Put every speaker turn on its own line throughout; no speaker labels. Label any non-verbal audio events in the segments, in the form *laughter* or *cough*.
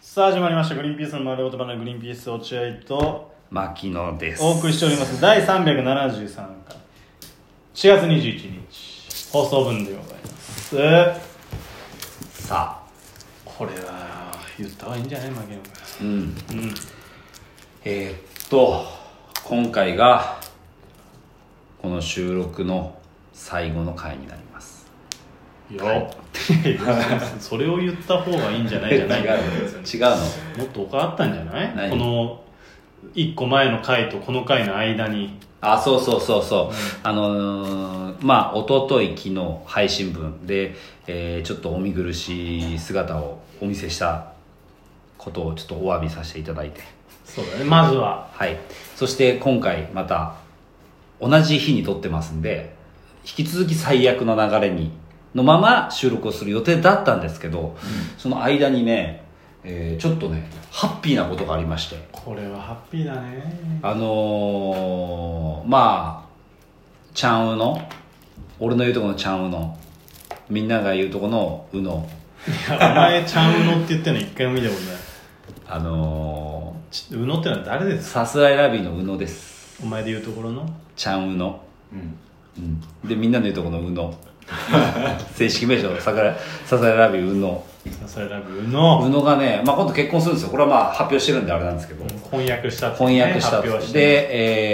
さあ始まりました「グリーンピースの丸ごとバナナグリーンピース落合」と
牧野です
お送りしております第373回4月21日放送分でございます
さ
これは言った方がいいんじゃない負けの
あうん
うん
えーっと今回がこの収録の最後の回になります
よ、 *laughs* それを言った方がいいんじゃないじゃない
違う違う
もっと他あったんじゃない
何
この1個前の回とこの回の間に
あそうそうそうそう、あのーまあ一昨日昨日配信分で、えーちょっとお見苦しい姿をお見せしたことをちょっとお詫びさせていただいて
そうだねまずは
はい、そして今回また同じ日に撮ってますんで引き続き最悪の流れにのまま収録をする予定だったんですけど、その間にね、えーちょっとねハッピーなことがありまして
これはハッピーだね *laughs*
あのーまあちゃんうの俺の言うとこのちゃんうのみんなが言うとこのうの
いやお前ちゃんうのって言ってんの一回も見たことない
あの
ちうのってのは誰で
ー、
す
さすらいラビーのうのです
お前で言うところの
ちゃんうの
うん
うん、でみんなの言うとこの「うの」正式名称さからサザエラビー「うの」
それラブう
「う
の
の」がね、まあ、今度結婚するんですよこれはまあ発表してるんであれなんですけど
翻訳したってね
翻訳した
発表して
で、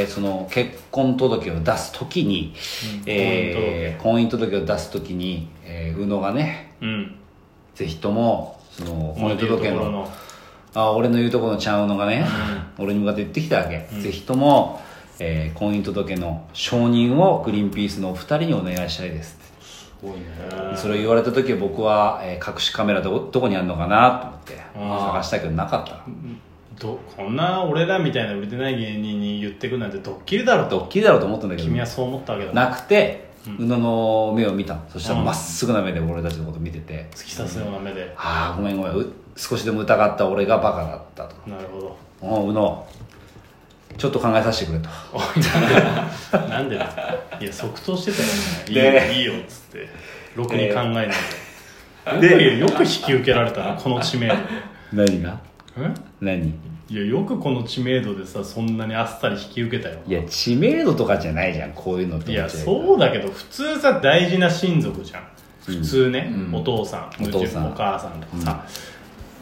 えーその結婚届を出す時に、
うん
えー婚姻届を出す時に、えー、うのがね
うん
ぜひともその
お
婚
前
姻
で言うと
届
ころ
の
の
あ俺の言うとこのちゃんうのがね、俺に向かって言ってきたわけ、ぜひとも、えー婚姻届の承認をグリーンピースのお二人にお願いしたいですって
すごいね
それを言われた時僕は、えー隠しカメラどどこにあるのかなと思って
あー
探したけどなかった
どこんな俺らみたいな売れてない芸人に言ってくなんてドッキリだろ
ド
と
ッキリだろうと思ったんだけど
君はそう思ったわけだ
なくて宇野の目を見たそしたらまっすぐな目で俺たちのこと見てて
突き刺すような目で
「ああごめんごめんう少しでも疑った俺がバカだった」と
なるほど
「おう宇野ちょっと考えさせてくれ」と
おいなんで
*laughs*
なんでいや即答してたよね
で
いいいいよっつってろくに考えないで
で
よくよく引き受けられたなこの知
*laughs*
名度で
何が
え
何
いやよくこの知名度でさそんなにあっさり引き受けたよ
いや知名度とかじゃないじゃんこういうのって
いやそうだけど普通さ大事な親族じゃん普通ね、
うん
お父さん
お父さん
お母さんとかさ、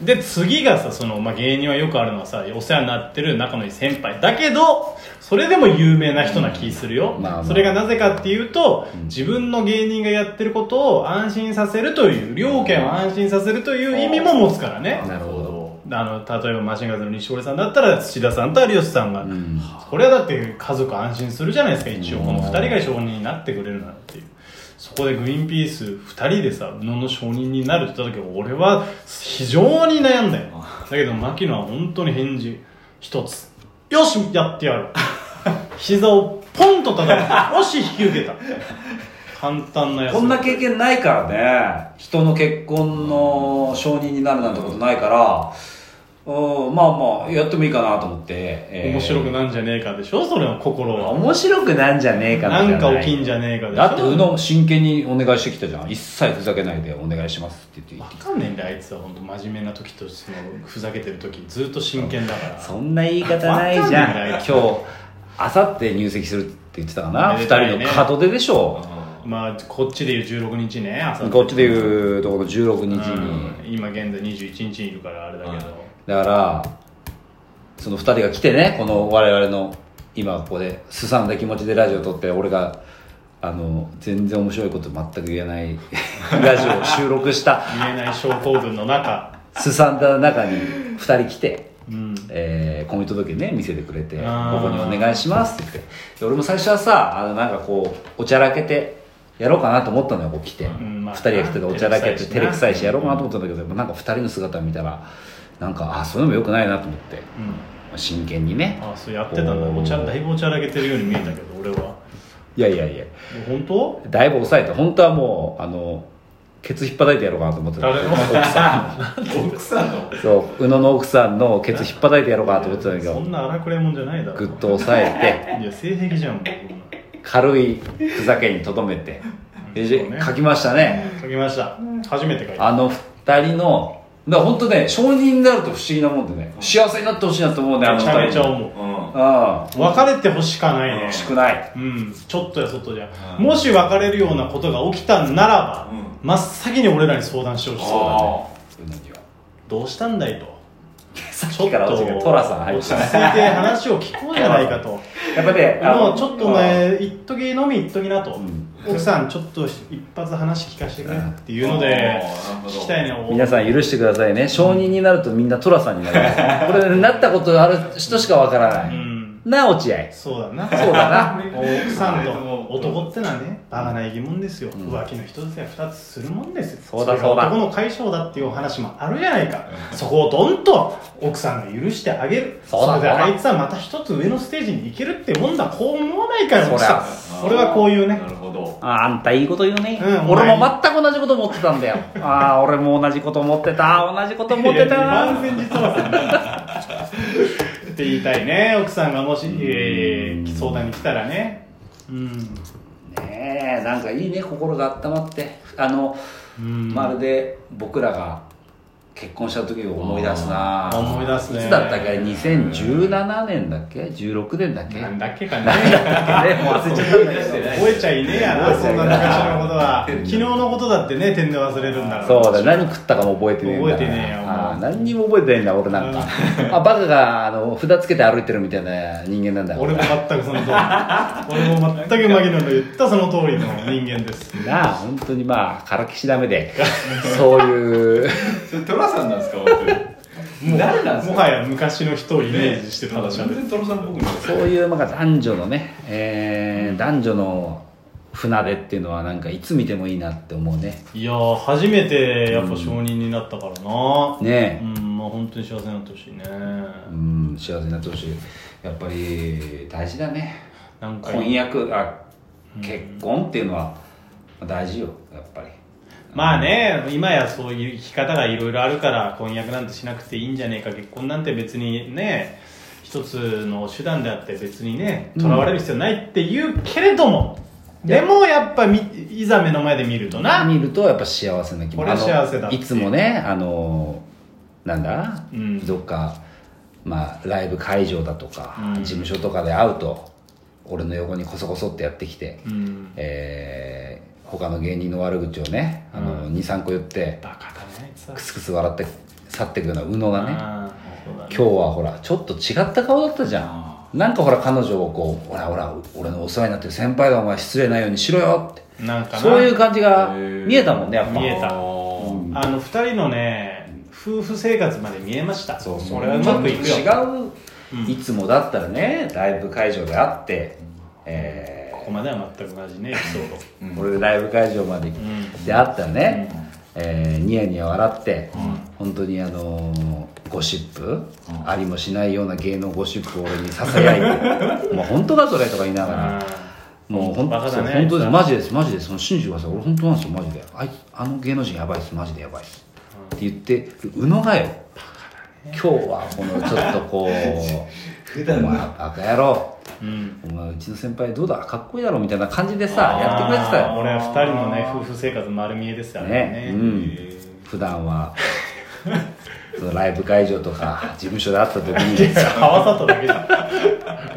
で次がさその、まあ、芸人はよくあるのはさお世話になってる仲のいい先輩だけどそれでも有名な人な気するよ、
うんまあまあ
それがなぜかっていうと、自分の芸人がやってることを安心させるという両家を安心させるという意味も持つからね、
なるほど
あの例えばマシンガンズの西堀さんだったら土田さんと有吉さんが、
ん
これはだって家族安心するじゃないですか一応この2人が証人になってくれるなっていうそこでグリーンピース2人でさ宇野の証人になるって言った時俺は非常に悩んだよだけど牧野は本当に返事一つよしやってやる *laughs* 膝をポンと叩くよし引き受けた簡単なやつ
こんな経験ないからね人の結婚の承認になるなんてことないから、うん、まあまあやってもいいかなと思って、えー
面白くなんじゃねえかでしょそれは心は
面白くなんじゃねえかな
なんか起きん
じ
じゃねえかで
ゃ
しょ
ないだってうの真剣にお願いしてきたじゃん一切ふざけないでお願いしますって言って言
わ
ってき
かんねえんだよあいつは本当真面目な時とそのふざけてる時ずっと真剣だから
たそんな言い方ないじ
わかんねえ
ゃん
んだ
今
よ
日あさって入籍するって言ってたかな、
め
二
でたいね
人の門出でしょ
まあこっちで言う16日ね朝
こっちでいうとこの16日に、
うん今現在21日にいるからあれだけど
だからその2人が来てねこの我々の今ここですさんだ気持ちでラジオ撮って俺があの全然面白いこと全く言えない *laughs* ラジオを収録した
言えない症候群の中
すさんだ中に2人来て。
うん
えー、婚姻届ね見せてくれて「ここ
あー
にお願いします」って言ってで俺も最初はさあのなんかこうおちゃらけてやろうかなと思ったのよこう来て、二
んまあ
2人が来てておちゃらけて
照
照
れ
れ
く
く
さ
さ
い
い
し
しやろうかなと思ったんだけど、やっぱなんか2人の姿見たらなんかあそういうのもよくないなと思って
うん
真剣にね
あそうやってたんだ
おー
お茶だいぶおちゃらけてるように見えたけど俺はい
やいやいや
え本当
だいぶ抑えて本当はもうあのケツ引っ叩いてやろうかなと思ってた
誰も
奥さんの
*laughs* そう宇野の奥さんのケツ引っ叩いてやろうかなと思ってたんだけ
そ
ど
んな荒くれもんじゃないだろ
ぐっと抑え
いや性癖じゃんもうこんな
て軽いふざけにとどめて
うん
え
そうね
書きましたね
書きました初めて書いた
あの二人のだから本当ね承認になると不思議なもんでね幸せになってほしいなと思うねあの
めちゃめちゃ
う
思う
うん
ああ
別れてほしかないね
欲しくない
うんちょっとやそっとじゃ、
うん
もし別れるようなことが起きたならば、
うん
真っ先に俺らに相談してほしそうだね
うな
*laughs*
ぎは
どうしたんだいと
さっ
ちょ
き
っ
から
と
私がトラさん入っ
落
て
ち着
た
い
ね
て話を聞こうじゃない
*laughs*
かと
やっぱねあ
も
の
うちょっと前一時飲み一時なと、
うん
奥さんちょっと一発話聞かせてくれっていうの
あーな
で
るほど
聞きたいね
皆さん許してくださいね承認になるとみんなトラさんになる *laughs* これなったことある人しかわから
う
ない
ん
な落合
そうだな
そうだな
*laughs* 奥さんと男ってのはねバカない疑問ですよ、浮気の一つや二つするもんですよ
そうだ
れが
そうだ
男の解消だっていうお話もあるじゃないかそこをどんと奥さんが許してあげる
そうだ
れで
そうだ
あいつはまた一つ上のステージに行けるってもんだこう思わないから
そりゃ
奥さん俺はこういうね
なるほど
ああんたいいこと言うね、
うん
俺も全く同じこと思ってたんだよ *laughs* ああ俺も同じこと思ってた同じこ
*laughs*
と思ってた
完
な
全にそうだ
*laughs*
って言いたいね奥さんがもし、えー相談に来たらねうん
ねえなんかいいね心が温まってあの、
うん
まるで僕らが結婚した時を思い出すな
あー思い出すね
いつだったっけ2017年だっけ16年だっけ
な
ね
んだっけかね
もう忘れちゃったんだけど
覚えちゃいねえやな、
覚えち
そ
ゃい
ん
ね
な
え
昔のこと
*laughs*
は。昨日のことだってね、点で忘れるんだから。
そうだ何食ったかも覚えてねえんだ
覚えてねえよもう
ああ何にも覚えてないんだ俺なんかあバカがあの札つけて歩いてるみたいな人間なんだ
俺も全くその通り。俺も全くマギノの言ったその通りの人間
*laughs*
です。
なあ本当にまあからきしだめでそういう
それトラさんなんですか本当に誰なんですか
もはや昔の人をイメージしてた
ただ
だしゃ
全
べる。
然トラさんっぽくない
そういうまあ男女のね、えー男女の船出っていうのはなんかいつ見てもいいなって思うね
いやー、初めてやっぱ承認になったからな。
ね
うん、まあ本当に幸せになってほしいね。
うん幸せになってほしいやっぱり大事だね
なんか、
婚約あ結婚っていうのは大事よやっぱり
まあね、今やそういう生き方がいろいろあるから、婚約なんてしなくていいんじゃねえか、結婚なんて別にね、一つの手段であって別にね、
うん
とらわれる必要ないって言うけれども、でもやっぱみ、いざ目の前で見るとな、
見るとやっぱ幸せな気持
こ
ち
れ幸せだ
あのいつもねあのなんだ、
うん
どっか、まあ、ライブ会場だとか、
うん
事務所とかで会うと俺の横にこそこそってやってきて、
うん、
えー他の芸人の悪口をね、あの
う
23個言って
バカだね、あいつは
クスクス笑って去っていくような宇野がね
あーそうだね
今日はほらちょっと違った顔だったじゃんなんかほら彼女をこう「ほらほら俺のお世話になってる先輩だお前失礼ないようにしろよ」って
なんかな、
そういう感じが
へー
見えたもんねやっぱ
見えた
うん
あの、二人のね、夫婦生活まで見えました。
そうそう
これはうまくいくよ。
ちょっと違う、いつもだったらねライブ会場で会って、え
ここまでは全く同じね、エピソード。
ー俺ライブ会場まで、
ん
で会ったらね、えーニヤニヤ笑って、本当にあのーゴシップ、ありもしないような芸能ゴシップを俺にささ
*laughs*
やいて「もう本当だそれ」とか言いながら。もう本当
バカだね
本当で
あいつは
すマジですマジですその信じてください俺本当なんですよマジであいつあの芸能人やばいですマジでやばいです、って言ってる宇野がよ今日はこのちょっとこう
*laughs*
普段
お
の
前バカ野郎
うん
お前うちの先輩どうだかっこいいだろみたいな感じでさやってくれてた
あー
よ
俺は二人のね夫婦生活丸見えですよ
ね
ね
うん普段は *laughs* そのライブ会場とか事務所で会った時に
合わさっただけじゃん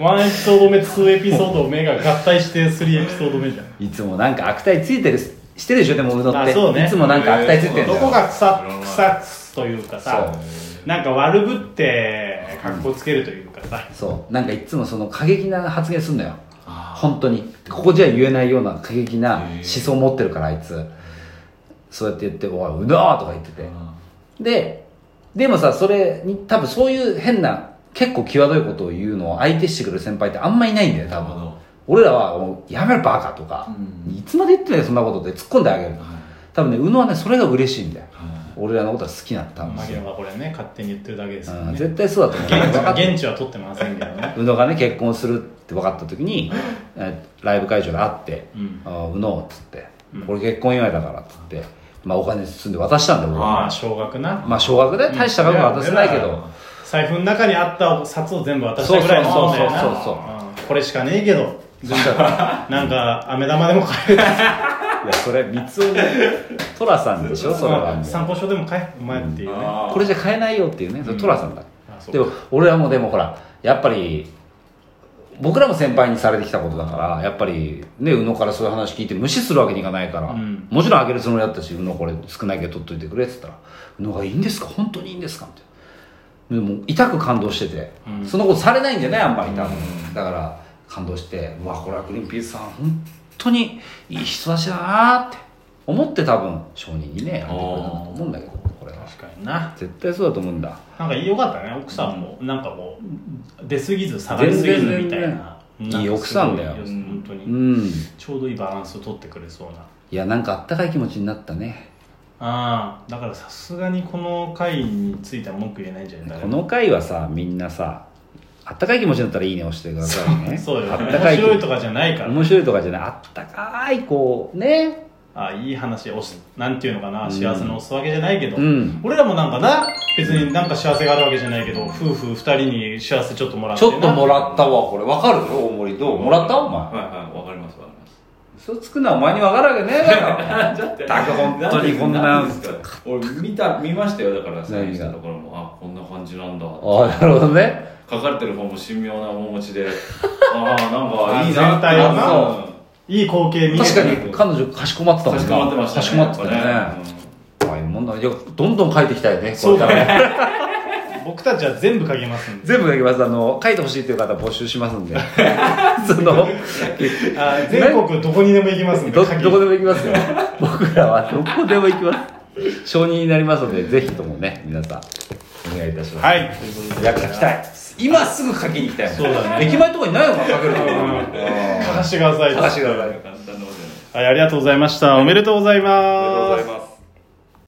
ワンエピソード目ツーエピソード目が合体してスリーエピソード目
*laughs*
じゃん *laughs*
いつもなんか悪態ついてるしてるでしょでも宇野って
あそうね
いつもなんか悪態ついてるん
ど
だよ
こが腐腐すというかさ
そ
なんか悪ぶって格好つけるというかさ
そうなんかいつもその過激な発言すんのよ本当にここじゃ言えないような過激な思想を持ってるからあいつそうやって言って「おいうな!」とか言っててででもさそれに多分そういう変な結構際どいことを言うのを相手してくれる先輩ってあんまいないんだよ多
なるほ
分
ど
俺らはもう「やめろバカ」とか、いつまで言ってないそんなこと」って突っ込んであげる多分ね宇野はねそれが嬉しいんだよ俺らのことは好きなんだ多分
マギノがこれね勝手に言ってるだけですよ
うん
ね
絶対そうだと思う
現地
分かって
現地は取ってませんけどね
宇野がね結婚するって分かった時にえライブ会場で会って
うん
「あー宇野」っつって
うん
「俺結婚祝いだから」っつって、まあ、お金包んで渡したんだよ俺は
まあ少額な
まあ少額で大した額は渡せないけ
いや
ど
俺ら財布の中にあった札を全部渡したぐらいのもんだよな
そうそうそ
う
う
んこれしかねえけどなんか飴玉でも買える
*laughs* いやそれ三つをね寅さんでしょそれは
ま
も
あ
う
参考書でも書いお前っていうねあ
これじゃ買えないよっていうねそれ寅さんだ、
そう
でも俺はもうでもほらやっぱり僕らも先輩にされてきたことだからやっぱりね宇野からそういう話聞いて無視するわけにいかないから、
うん
もちろんあげるつもりだったし「宇野これ少ないけど取っといてくれ」っつったら「宇野がいいんですか本当にいいんですか?」みたいなでも痛く感動してて、
うん
そんなことされないんじゃないあんまり多分、だから感動して「うわこれはグリーンピースさん本当にいい人だしだな」って思って多分承認にねやってくれたんだと思うんだけどこれは
確かにな
絶対そうだと思うんだ
なんかよかったね奥さんもなんかもう出過ぎず下がりすぎずみたいな
全然全然
なかすご
いい奥さんだよ
本当
う
に
ん
ちょうどいいバランスを取ってくれそうない
やなんかあったかい気持ちになったね
ああだからさすがにこの回については文句言えないんじゃない
この回はさみんなさあったかい気持ちになったらいいね押してください
*laughs*
ね
そうよ
あっ
面
たかい気
白いとかじゃないから
面白いとかじゃないあったかいこうね
あいい話をしなんていうのかな幸せのお裾分けじゃないけど、
うん
俺らもなんかな別になんか幸せがあるわけじゃないけど夫婦二人に幸せちょっともらっ
ち
てな
ょっともらったわこれわかるよ大森どうもらったお前
はいはいわかりますわかります
嘘つくなお前にわかるわけねえだろ
だって
だから本当にこんな
ですか俺見た見ましたよだからサインしたところもあこんな感じなん
*laughs*
だ
ああなるほどね
書かれてる方も神妙な面持ちでああなんかいい
全体をな
なって
いい光景見
確か
える
に彼女かしこまってたもん
差
な
し込まってました
か
ね
しこまってたね
やっぱ
ああいうもんだいやどんどん書いていきたいね
そうだ
これからね
僕たちは全部書けますんで
全部書きますあの書いてほしいという方募集しま
*laughs*
すんでその
あ全国どこにでも行きますんで
ど
書き
どこでも行きますよ僕らはどこでも行きます承認になりますのでぜひともね皆さんお願いいたします
はいということで
いや書きたい今すぐ書きに行きたいもん
そうだね
駅前とかにないのか書けるとこ
書かしてください
書かしてください
簡単なことじゃない
はいありがとうございましたおめでとうございます
ありがとうございます